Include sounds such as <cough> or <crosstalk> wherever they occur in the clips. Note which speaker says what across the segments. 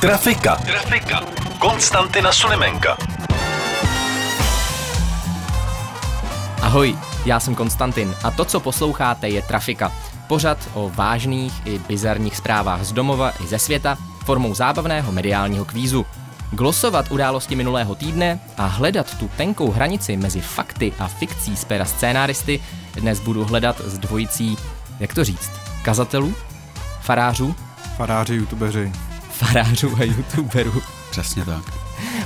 Speaker 1: Trafika. Trafika. Konstantina Sulimenka.
Speaker 2: Ahoj, já jsem Konstantin a to, co posloucháte, je Trafika. Pořad o vážných i bizarních zprávách z domova i ze světa formou zábavného mediálního kvízu. Glosovat události minulého týdne a hledat tu tenkou hranici mezi fakty a fikcí z pera scénáristy dnes budu hledat s dvojicí, jak to říct, kazatelů, farářů, <laughs>
Speaker 3: Faráři, youtubeři.
Speaker 2: farářů a youtuberů.
Speaker 4: Přesně tak.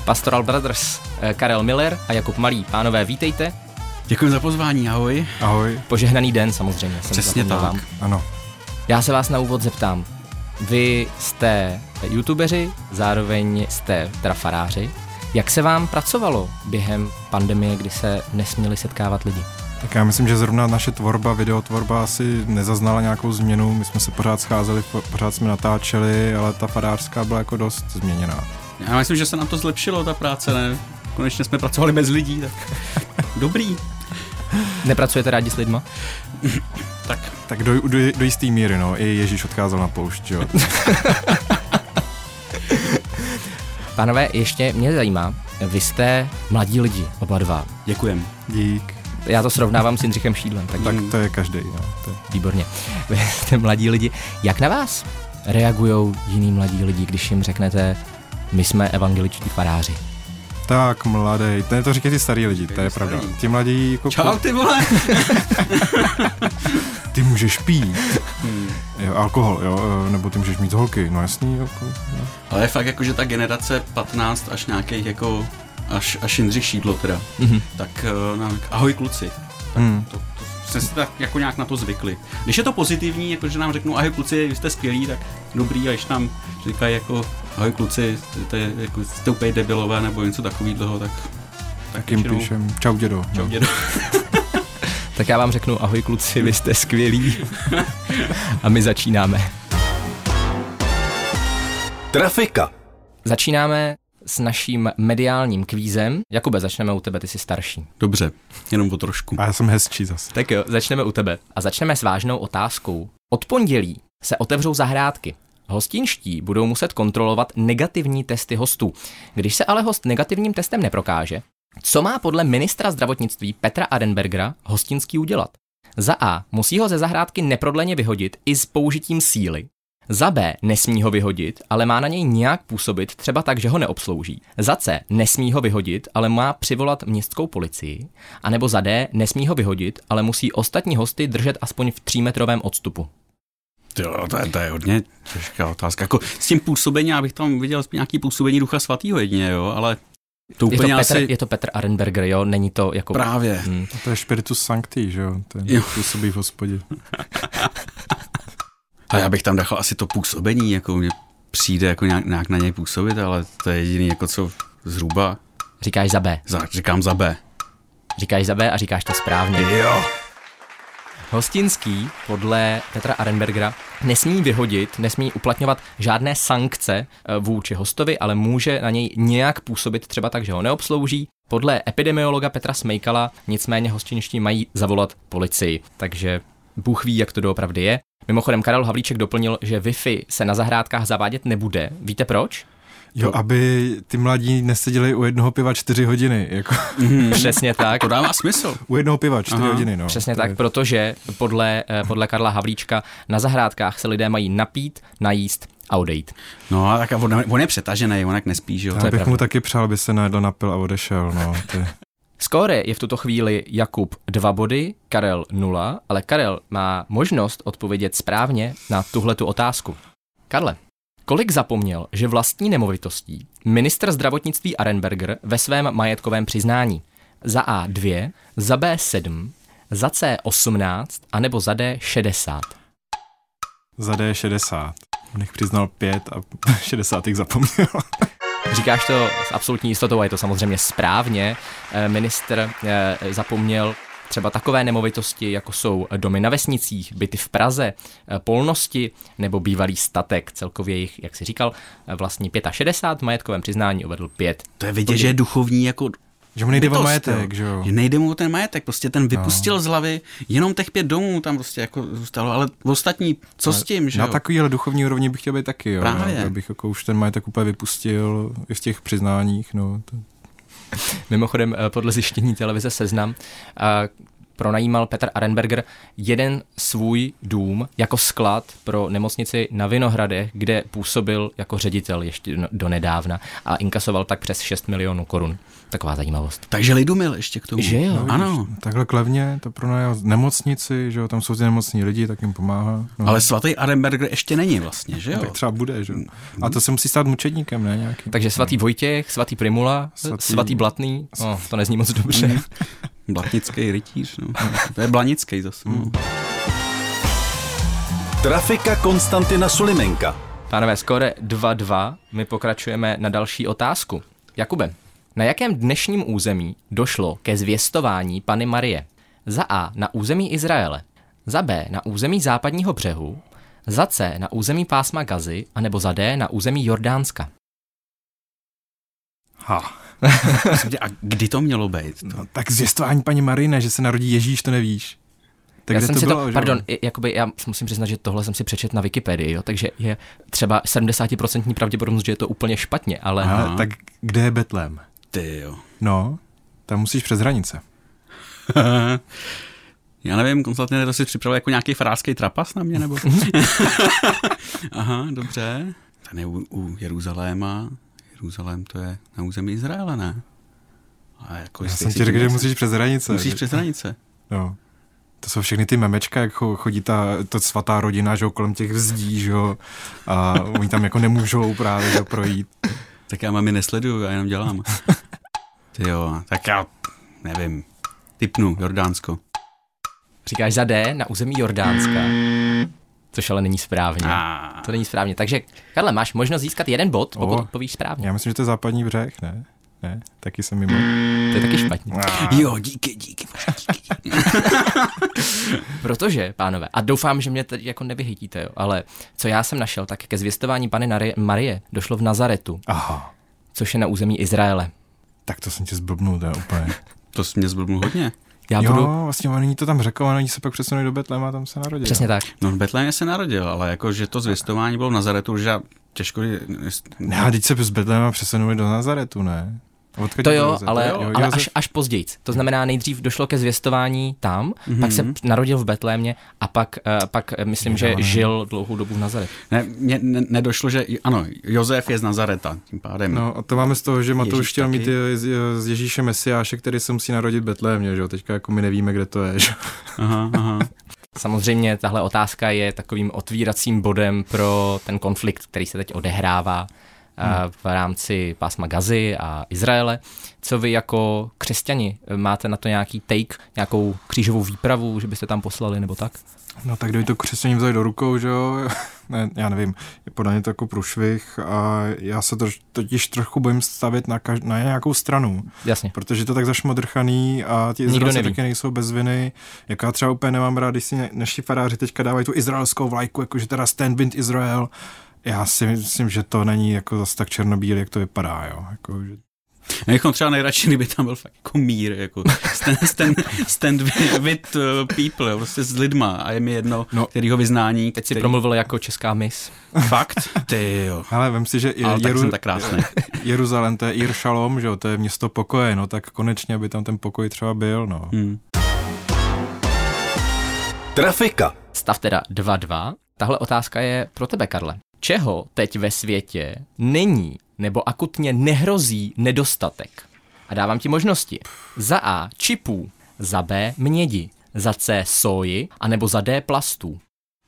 Speaker 2: Pastoral Brothers, eh, Karel Miller a Jakub Malý. Pánové, vítejte.
Speaker 4: Děkuji za pozvání, ahoj.
Speaker 3: Ahoj.
Speaker 2: Požehnaný den samozřejmě. Jsem
Speaker 4: Přesně
Speaker 2: zapomněl
Speaker 4: tak.
Speaker 2: vám.
Speaker 3: Ano.
Speaker 2: Já se vás na úvod zeptám. Vy jste youtubeři, zároveň jste teda faráři. Jak se vám pracovalo během pandemie, kdy se nesměli setkávat lidi?
Speaker 3: Tak já myslím, že zrovna naše tvorba, videotvorba asi nezaznala nějakou změnu. My jsme se pořád scházeli, po- pořád jsme natáčeli, ale ta farářská byla jako dost změněná.
Speaker 4: Já myslím, že se nám to zlepšilo, ta práce, ne? Konečně jsme pracovali bez lidí, tak dobrý.
Speaker 2: Nepracujete rádi s lidma?
Speaker 4: Tak
Speaker 3: Tak do, do, do jisté míry, no. I Ježíš odkázal na poušť,
Speaker 4: <laughs>
Speaker 3: že jo.
Speaker 2: Pánové, ještě mě zajímá, vy jste mladí lidi, oba dva.
Speaker 4: děkujem.
Speaker 3: Dík.
Speaker 2: Já to srovnávám s Jindřichem Šídlem, tak
Speaker 3: Tak
Speaker 4: Hmm.
Speaker 3: to je každý, no. To je.
Speaker 2: výborně. <laughs> Vy jste mladí lidi. Jak na vás reagují jiní mladí lidi, když jim řeknete, my jsme evangeličtí faráři?
Speaker 3: Tak, mladý. To, to říkají ty starý lidi, to je
Speaker 4: ty
Speaker 3: pravda.
Speaker 4: starý.
Speaker 3: Ti mladí jako...
Speaker 4: Čau ty vole.
Speaker 3: Ty můžeš pít. <laughs> Jo, alkohol, jo, e, nebo ty můžeš mít holky, no jasný, jako, no.
Speaker 4: Ale je fakt jako, že ta generace 15 až nějakých jako, až, až Jindřich Šídlo teda,
Speaker 2: Mhm.
Speaker 4: tak eh, nám, ahoj kluci.
Speaker 3: Hmm.
Speaker 4: To, to jsme si tak jako nějak na to zvykli. Když je to pozitivní, jako že nám řeknou ahoj kluci, vy jste skvělí, tak dobrý, a když nám říkají jako ahoj kluci, to je, jako, jste úplně debilové nebo něco takového, tak
Speaker 3: Tak jim
Speaker 4: většinou-
Speaker 3: píšem, čau dědo.
Speaker 4: čau
Speaker 3: no.
Speaker 4: dědo.
Speaker 2: Tak já vám řeknu ahoj kluci, vy jste skvělí. A my začínáme.
Speaker 1: Trafika.
Speaker 2: Začínáme s naším mediálním kvízem. Jakube, začneme u tebe, ty jsi starší.
Speaker 4: Dobře, jenom o trošku.
Speaker 3: A já jsem hezčí zase.
Speaker 2: Tak jo, začneme u tebe. A začneme s vážnou otázkou. Od pondělí se otevřou zahrádky. Hostinští budou muset kontrolovat negativní testy hostů. Když se ale host negativním testem neprokáže, co má podle ministra zdravotnictví Petra Arenbergera hostinský udělat? Za A. Musí ho ze zahrádky neprodleně vyhodit i s použitím síly. Za B. Nesmí ho vyhodit, ale má na něj nějak působit, třeba tak, že ho neobslouží. Za C. Nesmí ho vyhodit, ale má přivolat městskou policii. A nebo za D. Nesmí ho vyhodit, ale musí ostatní hosty držet aspoň v třímetrovém odstupu.
Speaker 4: Jo, to, je, to je hodně těžká otázka. Jako s tím působením, abych tam viděl nějaký působení Ducha Svatýho jedině, jo, ale to
Speaker 2: Je
Speaker 4: úplně
Speaker 2: to, Petr,
Speaker 4: asi...
Speaker 2: je to Petr Arenberger, jo? Není to jako...
Speaker 4: Právě.
Speaker 2: Hmm.
Speaker 3: A to je Spiritus Sancti, že jo? Ten
Speaker 4: Jo.
Speaker 3: působí v hospodě.
Speaker 4: A já bych tam dachal asi to působení, jako mě přijde jako nějak, nějak na něj působit, ale to je jediný, jako co zhruba
Speaker 2: Říkáš za B.
Speaker 4: za, říkám za B.
Speaker 2: Říkáš za B a říkáš to správně.
Speaker 4: Jo.
Speaker 2: Hostinský podle Petra Arenbergera nesmí vyhodit, nesmí uplatňovat žádné sankce eh, vůči hostovi, ale může na něj nějak působit třeba tak, že ho neobslouží. Podle epidemiologa Petra Smejkala nicméně hostinští mají zavolat policii, takže Bůh ví, jak to doopravdy je. Mimochodem Karel Havlíček doplnil, že Wi-Fi se na zahrádkách zavádět nebude. Víte proč?
Speaker 3: Jo, aby ty mladí neseděli u jednoho piva čtyři hodiny, jako <laughs>
Speaker 2: Přesně tak.
Speaker 4: <laughs> To dává smysl.
Speaker 3: u jednoho piva čtyři
Speaker 4: Aha,
Speaker 3: hodiny, no.
Speaker 2: Přesně
Speaker 3: To
Speaker 2: tak,
Speaker 3: je-
Speaker 2: protože podle, eh, podle Karla Havlíčka na zahrádkách se lidé mají napít, najíst a odejít.
Speaker 4: No a tak a on, on je přetažený, on jak nespí, že jo.
Speaker 3: Já
Speaker 2: je
Speaker 3: bych
Speaker 2: pravda.
Speaker 3: mu taky přál, by se najedl, napil a odešel, no. To je...
Speaker 2: Skóre je v tuto chvíli Jakub 2 body, Karel 0, ale Karel má možnost odpovědět správně na tuhle tu otázku. Karle, kolik zapomněl, že vlastní nemovitostí ministr zdravotnictví Arenberger ve svém majetkovém přiznání? Za A 2, za B 7, za C 18, anebo za D 60.
Speaker 3: <laughs> Za D60. On jich přiznal pět a 60 jich zapomněl.
Speaker 2: Říkáš to s absolutní jistotou a je to samozřejmě správně. Eh, Minister eh, zapomněl třeba takové nemovitosti, jako jsou domy na vesnicích, byty v Praze, eh, polnosti nebo bývalý statek. Celkově jich, jak si říkal, eh, vlastní 65, v majetkovém přiznání uvedl 5.
Speaker 4: To je vidět, že je duchovní jako
Speaker 3: Že mu nejde o
Speaker 4: bytost,
Speaker 3: majetek,
Speaker 4: jo.
Speaker 3: že jo? No.
Speaker 4: Že nejde mu o ten majetek, prostě ten vypustil z hlavy, jenom těch pět domů tam prostě jako zůstalo, ale ostatní, co s tím, že
Speaker 3: Na
Speaker 4: jo?
Speaker 3: takovýhle duchovní úrovni bych chtěl být taky, jo.
Speaker 4: Právě.
Speaker 3: No, to bych jako už ten majetek úplně vypustil i v těch přiznáních, no. To,
Speaker 2: Mimochodem, eh, podle zjištění televize Seznam, eh, pronajímal Petr Arenberger jeden svůj dům jako sklad pro nemocnici na Vinohradech, kde působil jako ředitel ještě no- donedávna a inkasoval tak přes 6 milionů korun. Taková zajímavost.
Speaker 4: Takže lidumil ještě k tomu.
Speaker 2: Že jo?
Speaker 4: No,
Speaker 2: No,
Speaker 4: ano,
Speaker 3: takhle klevně, to pronajal nemocnici, že jo, tam jsou ty nemocní lidi, tak jim pomáhá. No.
Speaker 4: ale svatý Arenberger ještě není vlastně, že
Speaker 3: No,
Speaker 4: jo?
Speaker 3: tak třeba bude, že jo. A to se musí stát mučedníkem, ne nějakým.
Speaker 2: Takže svatý Vojtěch, svatý Primula, svatý,
Speaker 3: Svatý-
Speaker 2: svatý Blatný, no, to nezní moc dobře.
Speaker 4: Blatnický rytíř,
Speaker 3: <laughs>
Speaker 4: no. To je Blanický zase,
Speaker 3: Hmm.
Speaker 4: no.
Speaker 1: Trafika Konstantina Sulimenka.
Speaker 2: Pánové, skore 2-2, my pokračujeme na další otázku. Jakube, na jakém dnešním území došlo ke zvěstování Pany Marie? Za A na území Izraele, za B na území západního břehu, za C na území pásma Gazy, anebo za D na území Jordánska.
Speaker 3: Ha.
Speaker 4: Prosím tě, A kdy to mělo být?
Speaker 3: No, tak zvěstování paní Marine, že se narodí Ježíš, to nevíš. Tak
Speaker 2: já
Speaker 3: kde
Speaker 2: jsem
Speaker 3: to
Speaker 2: si
Speaker 3: bylo,
Speaker 2: to,
Speaker 3: že jo?
Speaker 2: pardon, i- jakoby já musím přiznat, že tohle jsem si přečet na Wikipedii, jo, takže je třeba 70% pravděpodobnost, že je to úplně špatně, ale
Speaker 3: Hele,
Speaker 4: Aha.
Speaker 3: tak kde je Betlém?
Speaker 4: Ty jo. <laughs>
Speaker 3: No, tam musíš přes hranice.
Speaker 4: Já nevím, Konstantin, to si připravil jako nějaký farářský trapas na
Speaker 3: <laughs>
Speaker 4: mě, nebo? Aha, dobře. Ten je u, u Jeruzaléma. Jeruzalém to je na území Izraele, ne? A jako
Speaker 3: Já
Speaker 4: jistý
Speaker 3: jsem
Speaker 4: si
Speaker 3: ti řekl,
Speaker 4: tím
Speaker 3: že
Speaker 4: nejsem.
Speaker 3: musíš přes hranice.
Speaker 4: musíš přes hranice.
Speaker 3: No. To jsou všechny ty memečka, jak cho- chodí ta, ta svatá rodina, že jo, kolem těch vzdí, že jo, a <laughs> oni tam jako nemůžou právě že jo, projít.
Speaker 4: Tak já mami nesleduju, já
Speaker 3: <laughs>
Speaker 4: jenom dělám. Ty jo, tak já nevím. Typnu, Jordánsko.
Speaker 2: říkáš za D na území Jordánska, což ale není správně.
Speaker 3: No,
Speaker 4: A,
Speaker 2: To není správně. Takže, Karle, máš možnost získat jeden bod, pokud
Speaker 3: O.
Speaker 2: odpovíš správně.
Speaker 3: Já myslím, že to je západní břeh, ne? Ne, taky jsem mimo.
Speaker 2: To je taky špatně.
Speaker 4: jo, díky, díky.
Speaker 2: Protože, pánové, a doufám, že mě teď jako nevyhytíte, jo, ale co já jsem našel, tak ke zvěstování Pany Nari- Marie došlo v Nazaretu,
Speaker 3: Aha,
Speaker 2: což je na území Izraele.
Speaker 3: tak to jsem tě zblbnul, to je úplně.
Speaker 4: To jsi mě zblbnul hodně.
Speaker 2: Já
Speaker 3: jo,
Speaker 2: budu...
Speaker 3: vlastně oni to tam řekl, a oni se pak přesunuli do Betlema a tam se narodili.
Speaker 2: Přesně tak.
Speaker 4: No, v Betlémě se narodil, ale jako, že to zvěstování bylo v Nazaretu, že já těžko...
Speaker 3: Ne, a teď se z Betlema přesunuli do Nazaretu, ne? Odkud
Speaker 2: To
Speaker 3: je
Speaker 2: jo,
Speaker 3: Jozef?
Speaker 2: ale,
Speaker 3: Jo,
Speaker 2: ale
Speaker 3: Jozef-
Speaker 2: až, až později. To znamená, nejdřív došlo ke zvěstování tam, mm-hmm. pak se
Speaker 3: Mhm.
Speaker 2: narodil v Betlémě a pak, eh, pak eh, myslím, že žil dlouhou dobu v Nazaretu.
Speaker 4: Ne, mě ne, nedošlo, že... Ano, Jozef je z Nazareta, tím pádem. No.
Speaker 3: No a to máme z toho, že Matouš
Speaker 4: Ježíš
Speaker 3: chtěl
Speaker 4: taky.
Speaker 3: mít je- z, je- z Ježíše Mesiáše, který se musí narodit v Betlémě, že jo? Teďka jako my nevíme, kde to je, že? jo.
Speaker 4: Aha, aha. No,
Speaker 2: Samozřejmě tahle otázka je takovým otvíracím bodem pro ten konflikt, který se teď odehrává eh, v rámci pásma Gazy a Izraele. Co vy jako křesťani máte na to nějaký take, nějakou křížovou výpravu, že byste tam poslali nebo tak?
Speaker 3: No tak kdyby to křesťaní vzali do rukou, že jo? <laughs> Ne, já nevím, je podle mě to jako průšvih a já se troš, totiž trochu bojím stavět na, kaž, na nějakou stranu,
Speaker 2: Jasně.
Speaker 3: protože je to tak zašmodrchaný a ti
Speaker 2: Nikdo
Speaker 3: Izraelci
Speaker 2: neví.
Speaker 3: taky nejsou bez viny. Jak já třeba úplně nemám rád, když si ne- naši faráři teďka dávají tu izraelskou vlajku, jakože teda stand with Israel. Já si myslím, že to není jako zase tak černobílý, jak to vypadá, jo. Jako, že
Speaker 4: Já bychom třeba nejradši, kdyby tam byl fakt jako mír, jako stand, stand, stand with uh, people, jo, prostě s lidma a je mi jedno, no.
Speaker 3: No.
Speaker 4: kterýho vyznání.
Speaker 2: Teď si
Speaker 4: který-
Speaker 2: promluvil jako česká mis.
Speaker 4: Fakt? Ty jo.
Speaker 3: Ale vem si, že je,
Speaker 4: Ale tak
Speaker 3: Jeru,
Speaker 4: jsem tak krásný.
Speaker 3: Jeruzalém, to je Ir Shalom, že jo, to je město pokoje, no tak konečně, aby tam ten pokoj třeba byl, no.
Speaker 4: Hmm.
Speaker 1: Trafika.
Speaker 2: Stav teda 2-2. Tahle otázka je pro tebe, Karle. Čeho teď ve světě není nebo akutně nehrozí nedostatek? A dávám ti možnosti. Za A čipů, za B mědi, za C soji, anebo za D plastů.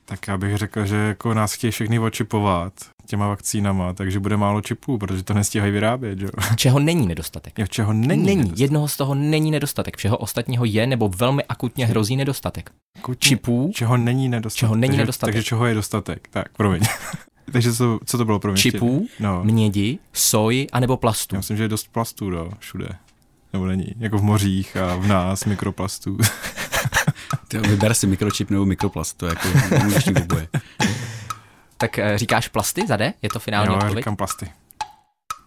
Speaker 3: Tak já bych řekl, že jako nás chtějí všechny očipovat těma vakcínama, takže bude málo čipů, protože to nestíhají vyrábět, že jo. <laughs>
Speaker 2: Čeho není nedostatek?
Speaker 3: Jo, čeho není.
Speaker 2: není.
Speaker 3: nedostatek.
Speaker 2: Jednoho z toho není nedostatek. Všeho ostatního je nebo velmi akutně hrozí nedostatek.
Speaker 3: Jako či-
Speaker 2: Čipů,
Speaker 3: Čeho není nedostatek.
Speaker 2: Čeho není
Speaker 3: takže,
Speaker 2: nedostatek.
Speaker 3: Takže čeho je dostatek. Tak, promiň. <laughs> Takže co, co to bylo pro mě?
Speaker 2: čipů,
Speaker 3: No.
Speaker 2: mědi, soji anebo plastů.
Speaker 3: Já myslím, že je dost plastů, no, všude. Nebo není. Jako v mořích a v nás mikroplastů.
Speaker 4: Ty, jo, vyber si mikročip nebo mikroplast, to je jako nemůžeš tím oboje.
Speaker 2: Tak eh, říkáš plasty, zade? Je to finální
Speaker 3: jo, <laughs> já
Speaker 2: odpověď?
Speaker 3: říkám plasty.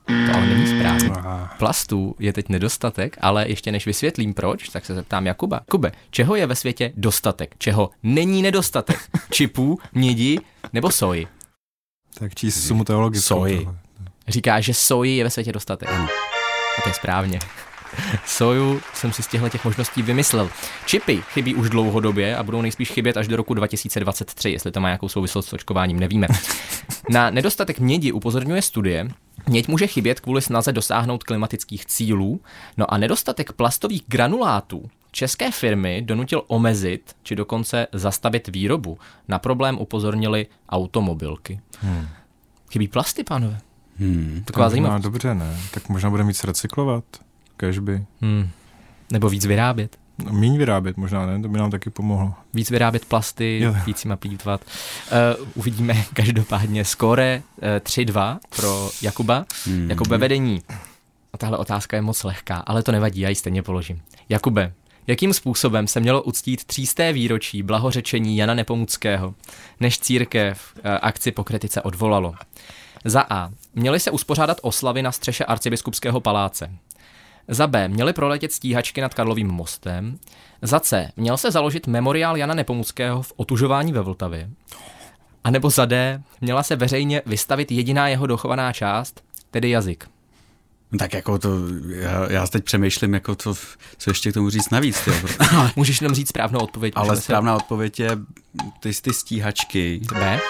Speaker 3: Ah,
Speaker 2: To ale není správně.
Speaker 3: Aha.
Speaker 2: Plastů je teď nedostatek, ale ještě než vysvětlím proč, tak se zeptám Jakuba. Kube, čeho je ve světě dostatek? Čeho není nedostatek? Čipů, mědi nebo soji?
Speaker 3: Tak číst sumu teologickou.
Speaker 2: Soji.
Speaker 3: tohle.
Speaker 2: Říká, že soji je ve světě dostatek. A to je správně. Soju jsem si z těchto těch možností vymyslel. Čipy chybí už dlouhodobě a budou nejspíš chybět až do roku 2023, jestli to má nějakou souvislost s očkováním, nevíme. Na nedostatek mědi upozorňuje studie. Měď může chybět kvůli snaze dosáhnout klimatických cílů, no a nedostatek plastových granulátů české firmy donutil omezit či dokonce zastavit výrobu. Na problém upozornili automobilky.
Speaker 3: Hmm.
Speaker 2: Chybí plasty, pánové.
Speaker 4: Hmm.
Speaker 2: Taková
Speaker 3: No,
Speaker 2: zajímavost.
Speaker 3: dobře, ne. Tak možná budeme víc recyklovat. Kežby.
Speaker 2: Hmm. Nebo víc vyrábět.
Speaker 3: No, míň vyrábět možná, ne? To by nám taky pomohlo.
Speaker 2: Víc vyrábět plasty,
Speaker 3: Jo.
Speaker 2: víc jima plítvat. Uh, uvidíme <laughs> každopádně skore uh, 3-2 pro Jakuba.
Speaker 4: Hmm.
Speaker 2: Jakube vedení. A tahle otázka je moc lehká, ale to nevadí, já ji stejně položím. Jakube, jakým způsobem se mělo uctít třísté výročí blahořečení Jana Nepomuckého, než církev eh, akci pokritice odvolalo? Za A. Měly se uspořádat oslavy na střeše arcibiskupského paláce. Za B. Měly proletět stíhačky nad Karlovým mostem. Za C. Měl se založit memoriál Jana Nepomuckého v otužování ve Vltavě. A nebo za D. Měla se veřejně vystavit jediná jeho dochovaná část, tedy jazyk.
Speaker 4: Tak jako to, já, já teď přemýšlím, jako to, co ještě k tomu říct navíc, ty, ale,
Speaker 2: Můžeš nám říct správnou odpověď.
Speaker 4: ale
Speaker 2: můžeme si-
Speaker 4: správná odpověď je ty, ty stíhačky.
Speaker 2: B.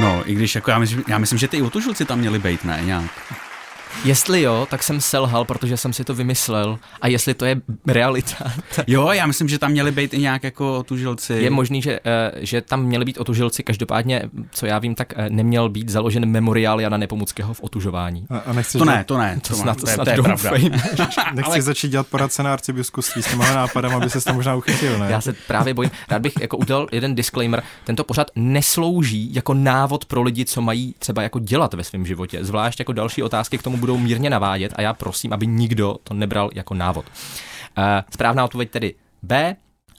Speaker 4: No, i když jako já myslím, já myslím že ty i otužilci tam měli být, ne? Nějak.
Speaker 2: Jestli jo, tak jsem selhal, protože jsem si to vymyslel. A jestli to je
Speaker 4: <laughs>
Speaker 2: realita, tak
Speaker 4: Jo, já myslím, že tam měli být i nějak jako otužilci.
Speaker 2: je možný, že, eh, že tam měli být otužilci. Každopádně, co já vím, tak eh, neměl být založen memoriál Jana Nepomuckého v otužování.
Speaker 3: A, a nechceš,
Speaker 4: to ne, to ne.
Speaker 2: To
Speaker 4: má-
Speaker 2: snad, to
Speaker 4: je-
Speaker 2: snad
Speaker 4: to je pravda.
Speaker 2: doufej.
Speaker 3: nechceš ale... začít dělat poradce na arcibiskupství s těma nápadem, aby se tam možná uchytil, ne?
Speaker 2: Já se právě bojím. Rád bych jako udělal jeden disclaimer. Tento pořad neslouží jako návod pro lidi, co mají třeba jako dělat ve svém životě. Zvlášť jako další otázky k tomu budou mírně navádět a já prosím, aby nikdo to nebral jako návod. Uh, správná odpověď tedy B.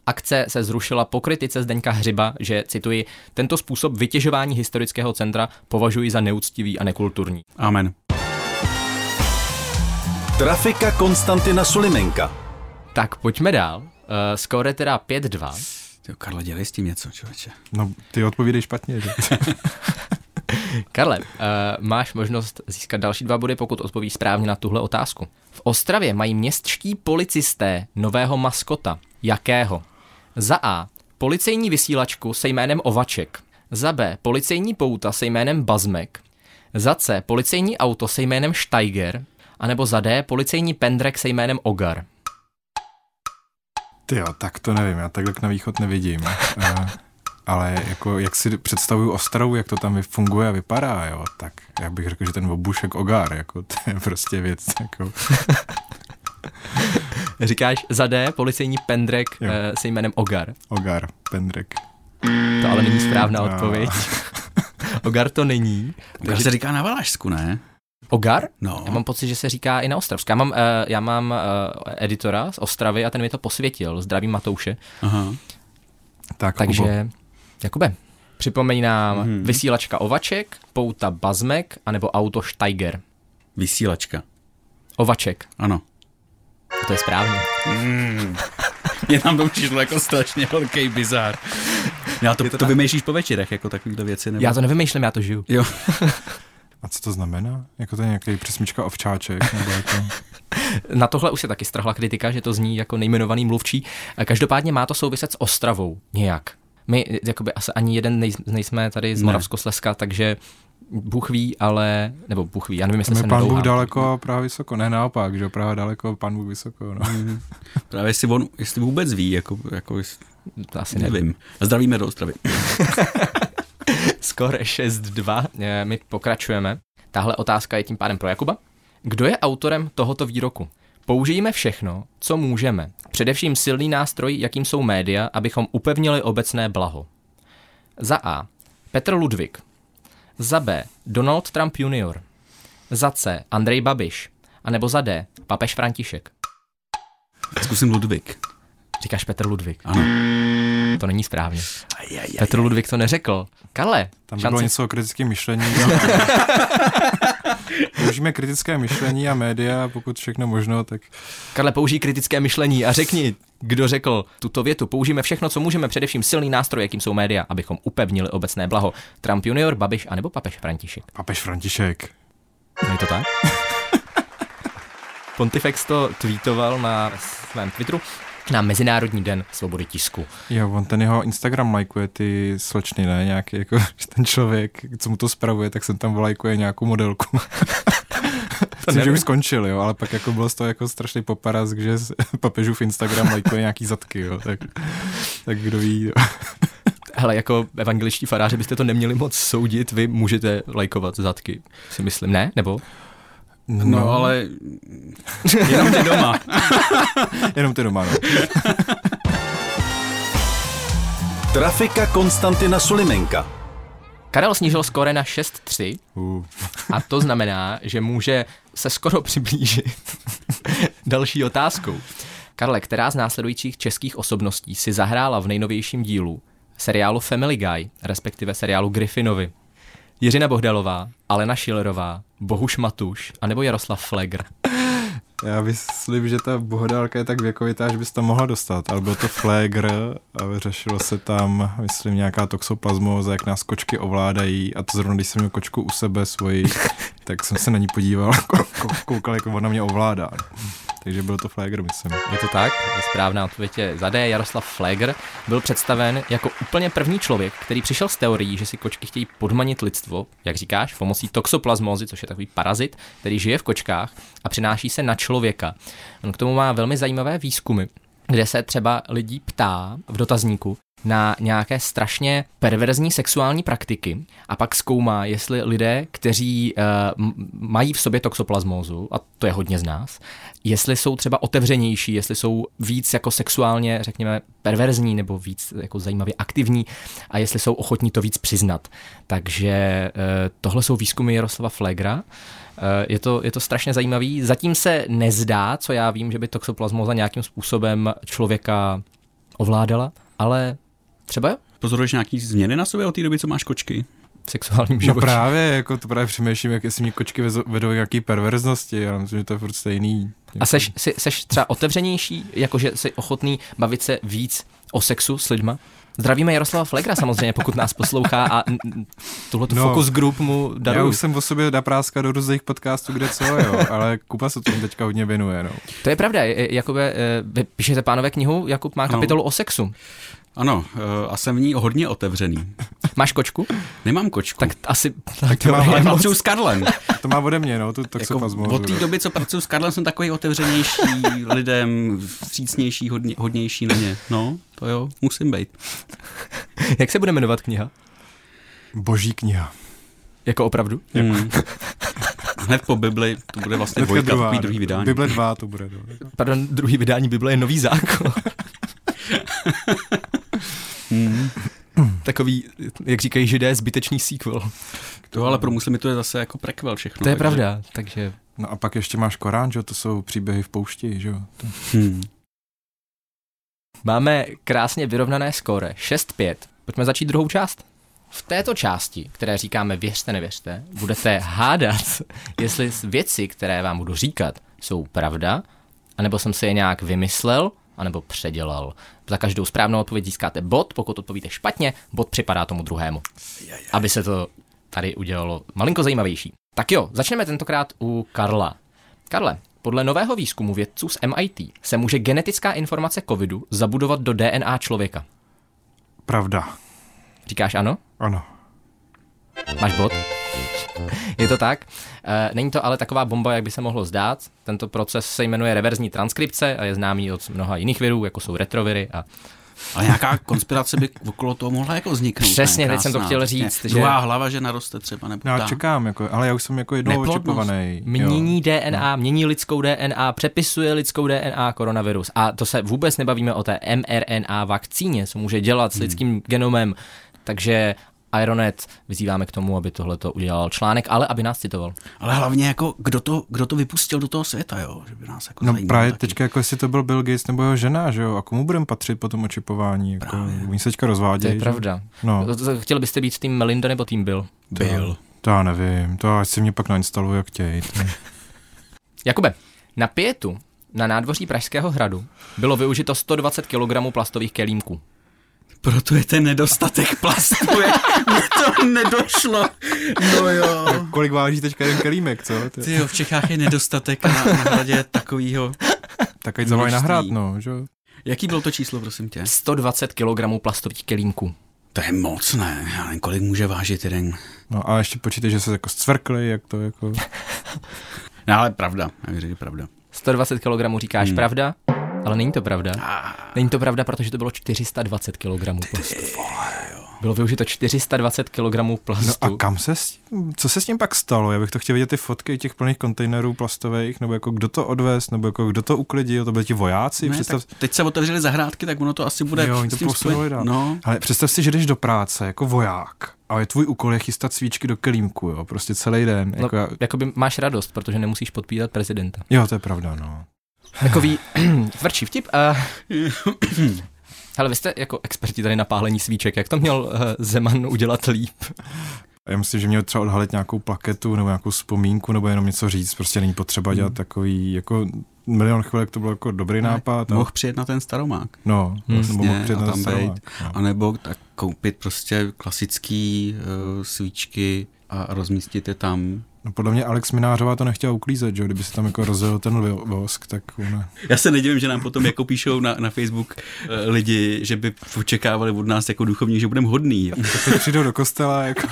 Speaker 2: Akce se zrušila po kritice Zdeňka Hřiba, že, cituji, tento způsob vytěžování historického centra považuji za neúctivý a nekulturní.
Speaker 4: Amen.
Speaker 1: Trafika Konstantina Sulimenka.
Speaker 2: Tak pojďme dál. Uh, skore teda 5-2.
Speaker 4: Ty, Karlo, dělej s tím něco, člověče.
Speaker 3: No, ty odpovídej špatně, že?
Speaker 2: Karle, uh, máš možnost získat další dva body, pokud odpovíš správně na tuhle otázku. V Ostravě mají městští policisté nového maskota. Jakého? Za A. Policejní vysílačku se jménem Ovaček. Za B. Policejní pouta se jménem Bazmek. Za C. Policejní auto se jménem Steiger. A nebo za D. Policejní pendrek se jménem Ogar.
Speaker 3: Ty jo, tak to nevím, já takhle na východ nevidím. <laughs> Eh, ale jako, jak si představuju Ostravu, jak to tam vy- funguje a vypadá, jo, tak já bych řekl, že ten obušek ogár, jako <laughs> to je prostě věc, jako,
Speaker 2: Říkáš za D. Policejní pendrek
Speaker 3: Jo.
Speaker 2: eh, se jménem Ogar.
Speaker 3: ogár, pendrek.
Speaker 2: To ale není správná
Speaker 3: A.
Speaker 2: odpověď. <laughs> Ogar to není.
Speaker 4: Takže se říká na Valašsku, ne?
Speaker 2: Ogar?
Speaker 4: No.
Speaker 2: Já mám pocit, že se říká i na Ostravsku. Já mám, uh, já mám uh, editora z Ostravy a ten mi to posvětil. Zdravím Matouše.
Speaker 4: Aha.
Speaker 3: Tak,
Speaker 2: Takže,
Speaker 3: Kubo,
Speaker 2: Jakube, připomeň nám hmm. vysílačka Ovaček, pouta Bazmek, anebo auto Steiger.
Speaker 4: Vysílačka.
Speaker 2: Ovaček,
Speaker 4: Ano. <laughs>
Speaker 2: to je správně.
Speaker 4: Mě tam to přišlo jako strašně velký bizár. Já to, to, to vymýšlíš po večerech, jako takovýhle věci. Nebo...
Speaker 2: Já to nevymýšlím, já to žiju.
Speaker 4: Jo.
Speaker 3: a co to znamená? Jako to je nějaký
Speaker 2: <laughs>
Speaker 3: přesmička ovčáček, nebo jako...
Speaker 2: Na tohle už se taky strhla kritika, že to zní jako nejmenovaný mluvčí. Eh, Každopádně má to souviset s Ostravou nějak. My eh, jakoby asi ani jeden nej, nejsme tady z
Speaker 4: Ne.
Speaker 2: Moravskoslezska, takže Bůh ví, ale, nebo Bůh ví, já nevím, jestli
Speaker 3: Tam je
Speaker 2: se
Speaker 3: pán Bůh
Speaker 2: nedouhám.
Speaker 3: daleko, Praha vysoko, ne naopak, že jo, Praha daleko, pán Bůh vysoko, no.
Speaker 4: Právě jestli on, jestli vůbec ví, jako, jako jestli,
Speaker 2: To asi nevím.
Speaker 4: nevím. Zdravíme do Ostravy.
Speaker 2: Skore 6-2. Eh, My pokračujeme. Tahle otázka je tím pádem pro Jakuba. Kdo je autorem tohoto výroku? Použijeme všechno, co můžeme. Především silný nástroj, jakým jsou média, abychom upevnili obecné blaho. Za A. Petr Ludvík. Za B. Donald Trump Jr. Za C. Andrej Babiš. A nebo za D. Papež František.
Speaker 4: Zkusím Ludvík.
Speaker 2: Říkáš Petr Ludvík.
Speaker 4: Ano.
Speaker 2: To není správně. Petr Ludvík to neřekl. Karle,
Speaker 3: Tam by bylo
Speaker 2: šance.
Speaker 3: něco o
Speaker 2: <laughs>
Speaker 3: kritickém myšlení. no. Použijeme kritické myšlení a média, pokud všechno možno, tak
Speaker 2: Karle, použij kritické myšlení a řekni, kdo řekl tuto větu. Použijeme všechno, co můžeme, především silný nástroj, jakým jsou média, abychom upevnili obecné blaho. Trump junior, Babiš anebo papež František.
Speaker 3: papež František.
Speaker 2: No je to tak? <laughs> Pontifex to tweetoval na svém Twitteru na Mezinárodní den svobody tisku.
Speaker 3: Jo, on ten jeho Instagram lajkuje ty slečny, ne? Nějaký, jako, <laughs> že ten člověk, co mu to spravuje, tak jsem tam lajkuje nějakou modelku. Myslím, že
Speaker 2: nevím.
Speaker 3: už skončil, jo, ale pak jako bylo z toho jako strašný poparazk, že z- <laughs> papežův Instagram lajkuje nějaký zadky, jo, tak, tak kdo ví. Jo. <laughs>
Speaker 2: Hele, jako evangeličtí faráři byste to neměli moc soudit, vy můžete lajkovat zadky, si myslím, ne? Nebo?
Speaker 4: No, no ale jenom ty doma.
Speaker 3: Jenom ty doma, no.
Speaker 1: Trafika Konstantina Sulimenka.
Speaker 2: Karel snížil skóre na 6-3
Speaker 3: Uh,
Speaker 2: a to znamená, že může se skoro přiblížit <laughs> další otázkou. Karle, která z následujících českých osobností si zahrála v nejnovějším dílu seriálu Family Guy, respektive seriálu Griffinovi? Jiřina Bohdalová, Alena Schillerová, Bohuš Matuš, anebo Jaroslav Flegr?
Speaker 3: já myslím, že ta bohdálka je tak věkovitá, že bys tam mohla dostat, ale byl to flégr a řešilo se tam, myslím, nějaká toxoplasmóza, jak nás kočky ovládají a to zrovna, když jsem měl kočku u sebe svoji, tak jsem se na ní podíval, <laughs> kou- kou- koukal, jak ona mě ovládá. Takže byl to flégr, myslím.
Speaker 2: Je to tak? Správná odpověď je za D. Jaroslav Flegr byl představen jako úplně první člověk, který přišel s teorií, že si kočky chtějí podmanit lidstvo, jak říkáš, pomocí toxoplasmózy, což je takový parazit, který žije v kočkách a přináší se na člověka. On k tomu má velmi zajímavé výzkumy, kde se třeba lidí ptá v dotazníku na nějaké strašně perverzní sexuální praktiky a pak zkoumá, jestli lidé, kteří uh, mají v sobě toxoplasmózu, a to je hodně z nás, jestli jsou třeba otevřenější, jestli jsou víc jako sexuálně, řekněme, perverzní nebo víc jako zajímavě aktivní a jestli jsou ochotní to víc přiznat. Takže eh, tohle jsou výzkumy Jaroslava Flegra. Eh, Je to, je to strašně zajímavý. Zatím se nezdá, co já vím, že by toxoplasmóza nějakým způsobem člověka ovládala, ale třeba jo,
Speaker 4: Pozoruješ nějaký změny na sobě od té doby, co máš kočky?
Speaker 2: v sexuálním
Speaker 3: No
Speaker 2: životě.
Speaker 3: právě, jako to právě přemýšlím, jak jestli mě kočky vezo- vedou jaký perverznosti, já myslím, že to je furt stejný.
Speaker 2: A seš, si, seš třeba otevřenější, jakože jsi ochotný bavit se víc o sexu s lidma? Zdravíme Jaroslava Flegra samozřejmě, pokud nás poslouchá a n- n- tuhle no,
Speaker 3: No,
Speaker 2: focus group mu
Speaker 3: Já
Speaker 2: daruju.
Speaker 3: už jsem o sobě napráskat do různých podcastů, kde co, jo, ale Kuba se tomu teďka hodně věnuje, no.
Speaker 2: To je pravda, je- je- Jakube, eh, vy píšete pánové knihu, Jakub má
Speaker 4: No.
Speaker 2: kapitolu o sexu.
Speaker 4: Ano, eh, a jsem v ní hodně otevřený.
Speaker 2: Máš kočku?
Speaker 4: Nemám kočku. <laughs>
Speaker 2: Tak t- asi... Tak
Speaker 3: to mám
Speaker 4: ale
Speaker 3: ale
Speaker 4: pracuju s <laughs> Karlem.
Speaker 3: To má ode mě, no, tu
Speaker 4: Jako
Speaker 3: toxoplasmózu.
Speaker 4: od té
Speaker 3: Jako
Speaker 4: doby, co pracuji s Karlem, jsem takový otevřenější lidem, vstřícnější, hodně, hodnější na ně. No, to jo, musím být.
Speaker 2: Jak se bude jmenovat kniha?
Speaker 3: Boží kniha.
Speaker 2: Jako opravdu?
Speaker 4: Hmm. Hned po Bibli, to bude vlastně
Speaker 3: Hnedka
Speaker 4: dvojka, takový
Speaker 3: no.
Speaker 4: druhý vydání.
Speaker 3: Bible 2 to bude, no.
Speaker 2: Pardon, druhý vydání Bible je Nový <laughs> zákon.
Speaker 4: Hmm.
Speaker 2: Takový, jak říkají židé, zbytečný sequel.
Speaker 4: To ale pro muslimy to je zase jako prequel všechno.
Speaker 2: to je
Speaker 4: takže-
Speaker 2: pravda, takže
Speaker 3: no. a pak ještě máš Korán, že jo, to jsou příběhy v poušti, že jo. To-
Speaker 4: Hmm.
Speaker 2: Máme krásně vyrovnané skóre 6-5. Pojďme začít druhou část. V této části, které říkáme věřte, nevěřte, budete hádat, <laughs> jestli s- věci, které vám budu říkat, jsou pravda, anebo jsem si je nějak vymyslel, anebo předělal. Za každou správnou odpověď získáte bod, pokud odpovíte špatně, bod připadá tomu druhému. Aby se to tady udělalo malinko zajímavější. Tak jo, začneme tentokrát u Karla. Karle, podle nového výzkumu vědců z MIT se může genetická informace covidu zabudovat do DNA člověka.
Speaker 3: Pravda.
Speaker 2: Říkáš ano?
Speaker 3: Ano.
Speaker 2: Máš bod? <laughs> Je to tak. E, Není to ale taková bomba, jak by se mohlo zdát. Tento proces se jmenuje reverzní transkripce a je známý od mnoha jiných virů, jako jsou retroviry. A...
Speaker 4: Ale nějaká konspirace by okolo toho mohla jako vzniknout.
Speaker 2: Přesně,
Speaker 4: ne?
Speaker 2: teď jsem to
Speaker 4: Krásná,
Speaker 2: chtěl
Speaker 4: prostě
Speaker 2: říct, že-
Speaker 4: Druhá hlava, že naroste třeba nebo
Speaker 3: No, já
Speaker 4: ta.
Speaker 3: čekám, jako, ale já už jsem jako jednou
Speaker 4: Neplodnost.
Speaker 3: očipovaný.
Speaker 2: Mění DNA, mění lidskou DNA, přepisuje lidskou DNA koronavirus. A to se vůbec nebavíme o té mRNA vakcíně, co může dělat s lidským genomem. Takže Ironet vyzýváme k tomu, aby tohle to udělal článek, ale aby nás citoval.
Speaker 4: Ale hlavně jako, kdo to, kdo to vypustil do toho světa, jo? Že by nás jako
Speaker 3: No
Speaker 4: zajímalo
Speaker 3: právě
Speaker 4: taky.
Speaker 3: teďka, jako jestli to byl Bill Gates nebo jeho žena, že jo, a komu budeme patřit po tom očipování, jako, oni se teďka
Speaker 2: To
Speaker 3: rozvádějí.
Speaker 2: je
Speaker 3: že?
Speaker 2: pravda.
Speaker 3: No.
Speaker 2: To- to- Chtěli byste být tým Melinda nebo tým Bill?
Speaker 4: Byl.
Speaker 3: To já nevím, to ať si mě pak nainstaluje, jak chtějí. to-
Speaker 2: Jakube, na pětu na nádvoří Pražského hradu bylo využito 120 kg plastových kelímků.
Speaker 4: Proto je ten nedostatek plastu, <laughs> jak mi to nedošlo. No jo.
Speaker 3: Kolik váží teďka jeden kelímek, co? To je-
Speaker 4: Ty jo, v Čechách je nedostatek a na, na hradě takovýho.
Speaker 3: Tak ať zavolají na
Speaker 4: Množství.
Speaker 3: hrad, no, že jo.
Speaker 4: Jaký bylo to číslo, prosím tě?
Speaker 2: 120 kg plastových kelímků.
Speaker 4: To je moc, ne? Já nevím, kolik může vážit jeden.
Speaker 3: No a ještě počítej, že se jako zcvrkli, jak to jako...
Speaker 4: No ale pravda, já bych řekl pravda.
Speaker 2: 120 kg říkáš hmm. pravda, ale není to pravda.
Speaker 3: Ah.
Speaker 2: Není to pravda, protože to bylo 420 kg plastu. Bylo využito 420 kg
Speaker 3: No
Speaker 2: plastu.
Speaker 3: a kam se s tím, co se s tím pak stalo? Já bych to chtěl vidět ty fotky těch plných kontejnerů plastových, nebo jako kdo to odvez, nebo jako kdo to uklidil, to byli ti vojáci,
Speaker 4: Ne,
Speaker 3: ne, představ...
Speaker 4: tak teď se otevřely zahrádky, tak ono to asi bude
Speaker 3: jo, oni
Speaker 4: s
Speaker 3: to
Speaker 4: tím
Speaker 3: posunuli
Speaker 4: spojen-
Speaker 3: dál.
Speaker 4: No,
Speaker 3: Ale představ si, že jdeš do práce jako voják, ale tvůj úkol je chystat svíčky do kelímku, jo, prostě celý den.
Speaker 2: No,
Speaker 3: Jako já...
Speaker 2: jakoby máš radost, protože nemusíš podpírat prezidenta.
Speaker 3: Jo, to je pravda, no.
Speaker 2: Takový <clears throat> tvrdší vtip. Uh,
Speaker 3: <clears throat>
Speaker 2: hele, vy jste jako experti tady na pálení svíček. Jak to měl uh, Zeman udělat líp? <laughs>
Speaker 3: A Já myslím, že měl třeba odhalit nějakou plaketu nebo nějakou vzpomínku nebo jenom něco říct, prostě není potřeba
Speaker 4: Hmm.
Speaker 3: dělat takový, jako milion chvilek to byl jako dobrý nápad. a-
Speaker 4: mohl přijet na ten staromák.
Speaker 3: No,
Speaker 2: Hmm.
Speaker 3: nebo mohl
Speaker 4: Jasně,
Speaker 3: přijet
Speaker 4: a
Speaker 3: na
Speaker 4: tam
Speaker 3: Staromák,
Speaker 4: bejt.
Speaker 3: no.
Speaker 4: A nebo tak koupit prostě klasický uh, svíčky a rozmístit je tam.
Speaker 3: No podle mě Alex Minářová to nechtěla uklízet, že? jo? kdyby se tam jako rozjel ten vo- vosk, tak ona...
Speaker 4: Já se nedivím, že nám potom jako píšou na, na Facebook eh, lidi, že by očekávali od nás jako duchovní, že budeme hodný.
Speaker 3: Tak teď přijdou do kostela, jako...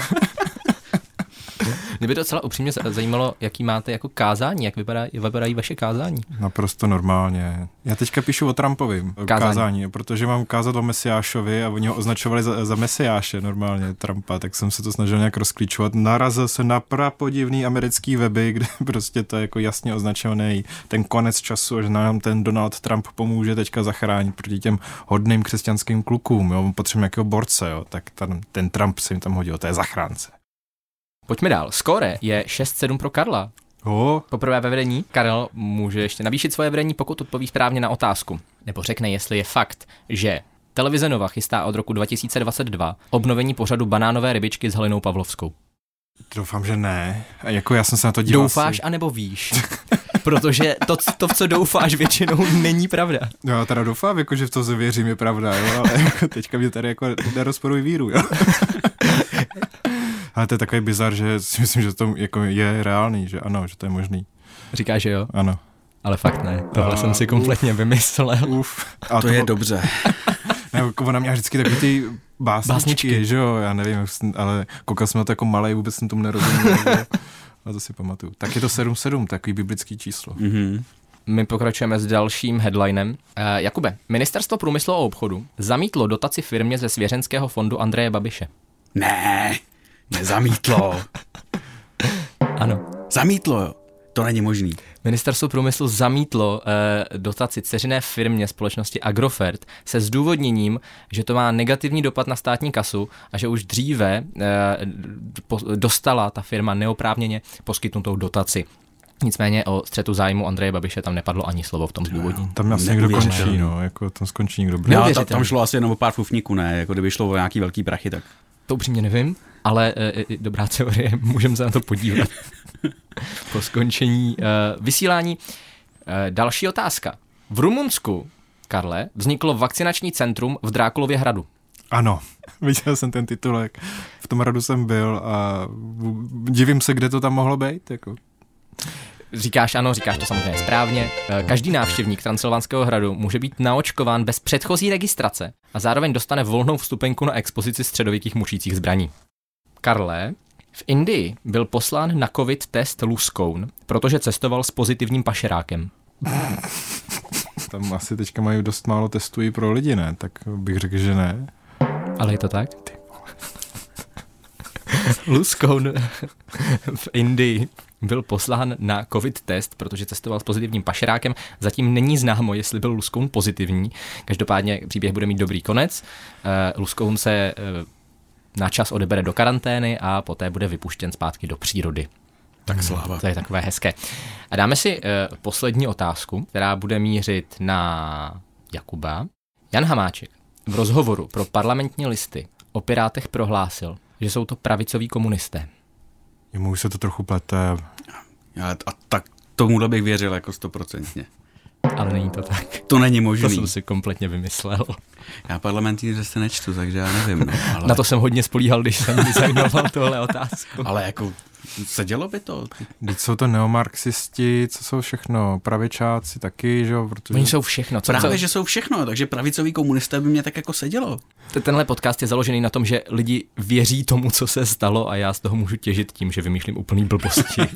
Speaker 2: Mě by docela upřímně z- zajímalo, jaký máte jako kázání, jak vypadá, vypadají vaše kázání.
Speaker 3: Naprosto normálně. Já teďka píšu o Trumpovým
Speaker 2: Kázání.
Speaker 3: kázání, kázání protože mám kázat o Mesiášovi a oni ho označovali za, za Mesiáše normálně Trumpa, tak jsem se to snažil nějak rozklíčovat. Narazil se na prapodivný americký weby, kde <laughs> prostě to je jako jasně označený ten konec času, a že nám ten Donald Trump pomůže teďka zachránit proti těm hodným křesťanským klukům, jo, potřebujeme nějakého borce, jo, tak ten, ten Trump se jim tam hodil, to je zachránce.
Speaker 2: Pojďme dál. Skore je 6-7 pro Karla.
Speaker 3: O,
Speaker 2: Poprvé ve vedení Karel může ještě navýšit svoje vedení, pokud odpoví správně na otázku. Nebo řekne, jestli je fakt, že televize Nova chystá od roku 2022 obnovení pořadu Banánové rybičky s Helenou Pavlovskou.
Speaker 3: doufám, že ne. A jako já jsem se na to díval.
Speaker 2: Doufáš
Speaker 3: si-
Speaker 2: anebo víš? <laughs> Protože to, c- to, v co doufáš, většinou není pravda.
Speaker 3: No, já teda doufám, jako, že v to věřím, je pravda, jo, ale <laughs> jako, teďka mě tady jako nerozporuj víru, jo. <laughs> Ale to je takový bizar, že si myslím, že to jako je reálný, že ano, že to je možný.
Speaker 2: Říká, že jo,
Speaker 3: Ano.
Speaker 2: ale fakt ne. Tohle jsem si kompletně vymyslel.
Speaker 3: Uf. A
Speaker 4: To je dobře.
Speaker 3: <laughs> ne, jako ona měla vždycky takový ty básničky,
Speaker 2: Básničky.
Speaker 3: básničky, že jo, já nevím, jak jsem, ale koukal jsem na to jako malý, vůbec jsem tomu nerozuměl. jo. A to si pamatuju. Tak je to 7-7, takový biblický číslo.
Speaker 4: Mhm.
Speaker 2: My pokračujeme s dalším headlinem. Eh, Jakube, ministerstvo průmyslu a obchodu zamítlo dotaci firmě ze svěřenského fondu Andreje Babiše.
Speaker 4: Ne, nezamítlo.
Speaker 2: Ano.
Speaker 4: Zamítlo, jo. To není možný. No,
Speaker 2: Ministerstvo průmyslu zamítlo eh, dotaci ceřiné firmě společnosti Agrofert se zdůvodněním, že to má negativní dopad na státní kasu a že už dříve eh, po, dostala ta firma neoprávněně poskytnutou dotaci. Nicméně o střetu zájmu Andreje Babiše tam nepadlo ani slovo v tom zdůvodnění.
Speaker 3: Tam asi někdo
Speaker 4: Neuvěřitelný.
Speaker 3: končí, no, jako tam skončí někdo. dobrý.
Speaker 4: Jo, ta-
Speaker 2: Neuvěřitelný.
Speaker 4: tam šlo asi jenom o pár fufníků, ne? Jako kdyby šlo o nějaký velký prachy, tak
Speaker 2: To upřímně nevím, ale e, e, dobrá teorie, <laughs> můžeme se na to podívat po skončení e, vysílání. E, další otázka. V Rumunsku, Karle, vzniklo vakcinační centrum v Drákulově hradu.
Speaker 3: Ano, <laughs> viděl jsem ten titulek, v tom radu jsem byl a v- divím se, kde to tam mohlo být. Jako.
Speaker 2: Říkáš ano, říkáš to samozřejmě správně. E, Každý návštěvník Transylvánského hradu může být naočkován bez předchozí registrace a zároveň dostane volnou vstupenku na expozici středověkých mučících zbraní. Karle, v Indii byl poslán na covid test Luskoun, protože cestoval s pozitivním pašerákem.
Speaker 3: Tam asi teďka mají dost málo testů i pro lidi, ne? Tak bych řekl, že ne.
Speaker 2: Ale je to tak? Luskoun v Indii byl poslán na covid test, protože cestoval s pozitivním pašerákem. Zatím není známo, jestli byl Luskoun pozitivní. Každopádně příběh bude mít dobrý konec. Eh, Luskoun se eh, na čas odebere do karantény a poté bude vypuštěn zpátky do přírody.
Speaker 4: Tak sláva.
Speaker 2: To je takové hezké. A dáme si eh, poslední otázku, která bude mířit na Jakuba. Jan Hamáček v rozhovoru pro parlamentní listy o Pirátech prohlásil, že jsou to pravicoví komunisté.
Speaker 3: Jemu už se to trochu plete.
Speaker 4: A, a tak tomuhle bych věřil jako stoprocentně.
Speaker 2: Ale není to tak.
Speaker 4: To není
Speaker 2: To
Speaker 4: možný.
Speaker 2: jsem si kompletně vymyslel.
Speaker 4: Já parlamentní se nečtu, takže já nevím. No, ale,
Speaker 2: Na to jsem hodně spolíhal, když jsem <laughs> designoval tuhle otázku.
Speaker 4: ale jako sedělo by to.
Speaker 3: Vždyť jsou to neomarxisti, co jsou všechno, pravičáci taky, že jo, protože...
Speaker 2: Oni jsou všechno. Co,
Speaker 4: Právě,
Speaker 2: co,
Speaker 4: že jsou všechno, takže pravicoví komunisté by mě tak jako sedělo.
Speaker 2: T- Tenhle podcast je založený na tom, že lidi věří tomu, co se stalo a já z toho můžu těžit tím, že vymýšlím úplný blbosti. <laughs>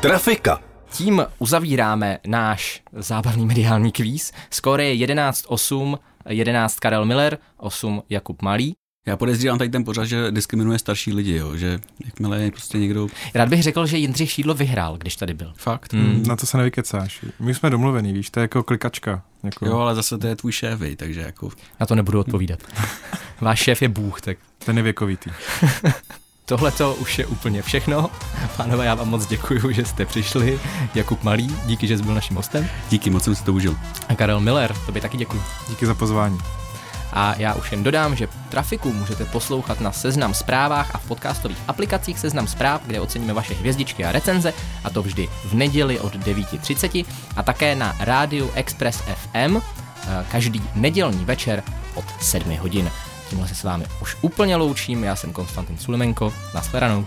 Speaker 1: Trafika.
Speaker 2: tím uzavíráme náš zábavný mediální kvíz. Skóre je 11-8, 11 Karel Miller, 8 Jakub Malý.
Speaker 4: Já podezřívám tady ten pořad, že diskriminuje starší lidi, jo? že jakmile je prostě někdo
Speaker 2: Rád bych řekl, že Jindřich Šídlo vyhrál, když tady byl.
Speaker 4: fakt.
Speaker 2: Mm.
Speaker 3: Hmm. Na to se nevykecáš. My jsme domluvený, víš, to je jako klikačka. Jako...
Speaker 4: Jo, ale zase to je tvůj šéf, vej, takže jako
Speaker 2: Na to nebudu odpovídat. <laughs> Váš šéf je Bůh, tak
Speaker 3: Ten je věkovitý.
Speaker 2: Tohle to už je úplně všechno. Pánové, já vám moc děkuji, že jste přišli. Jakub Malý, díky, že jsi byl naším hostem.
Speaker 4: díky, moc jsem si to užil.
Speaker 2: A Karel Miller, tobě taky děkuji.
Speaker 3: Díky za pozvání.
Speaker 2: A já už jen dodám, že trafiku můžete poslouchat na Seznam zprávách a v podcastových aplikacích Seznam zpráv, kde oceníme vaše hvězdičky a recenze, a to vždy v neděli od 9.30 a také na rádiu Express FM eh, každý nedělní večer od 7 hodin. Tímhle se s vámi už úplně loučím, já jsem Konstantin Sulimenko, nashledanou.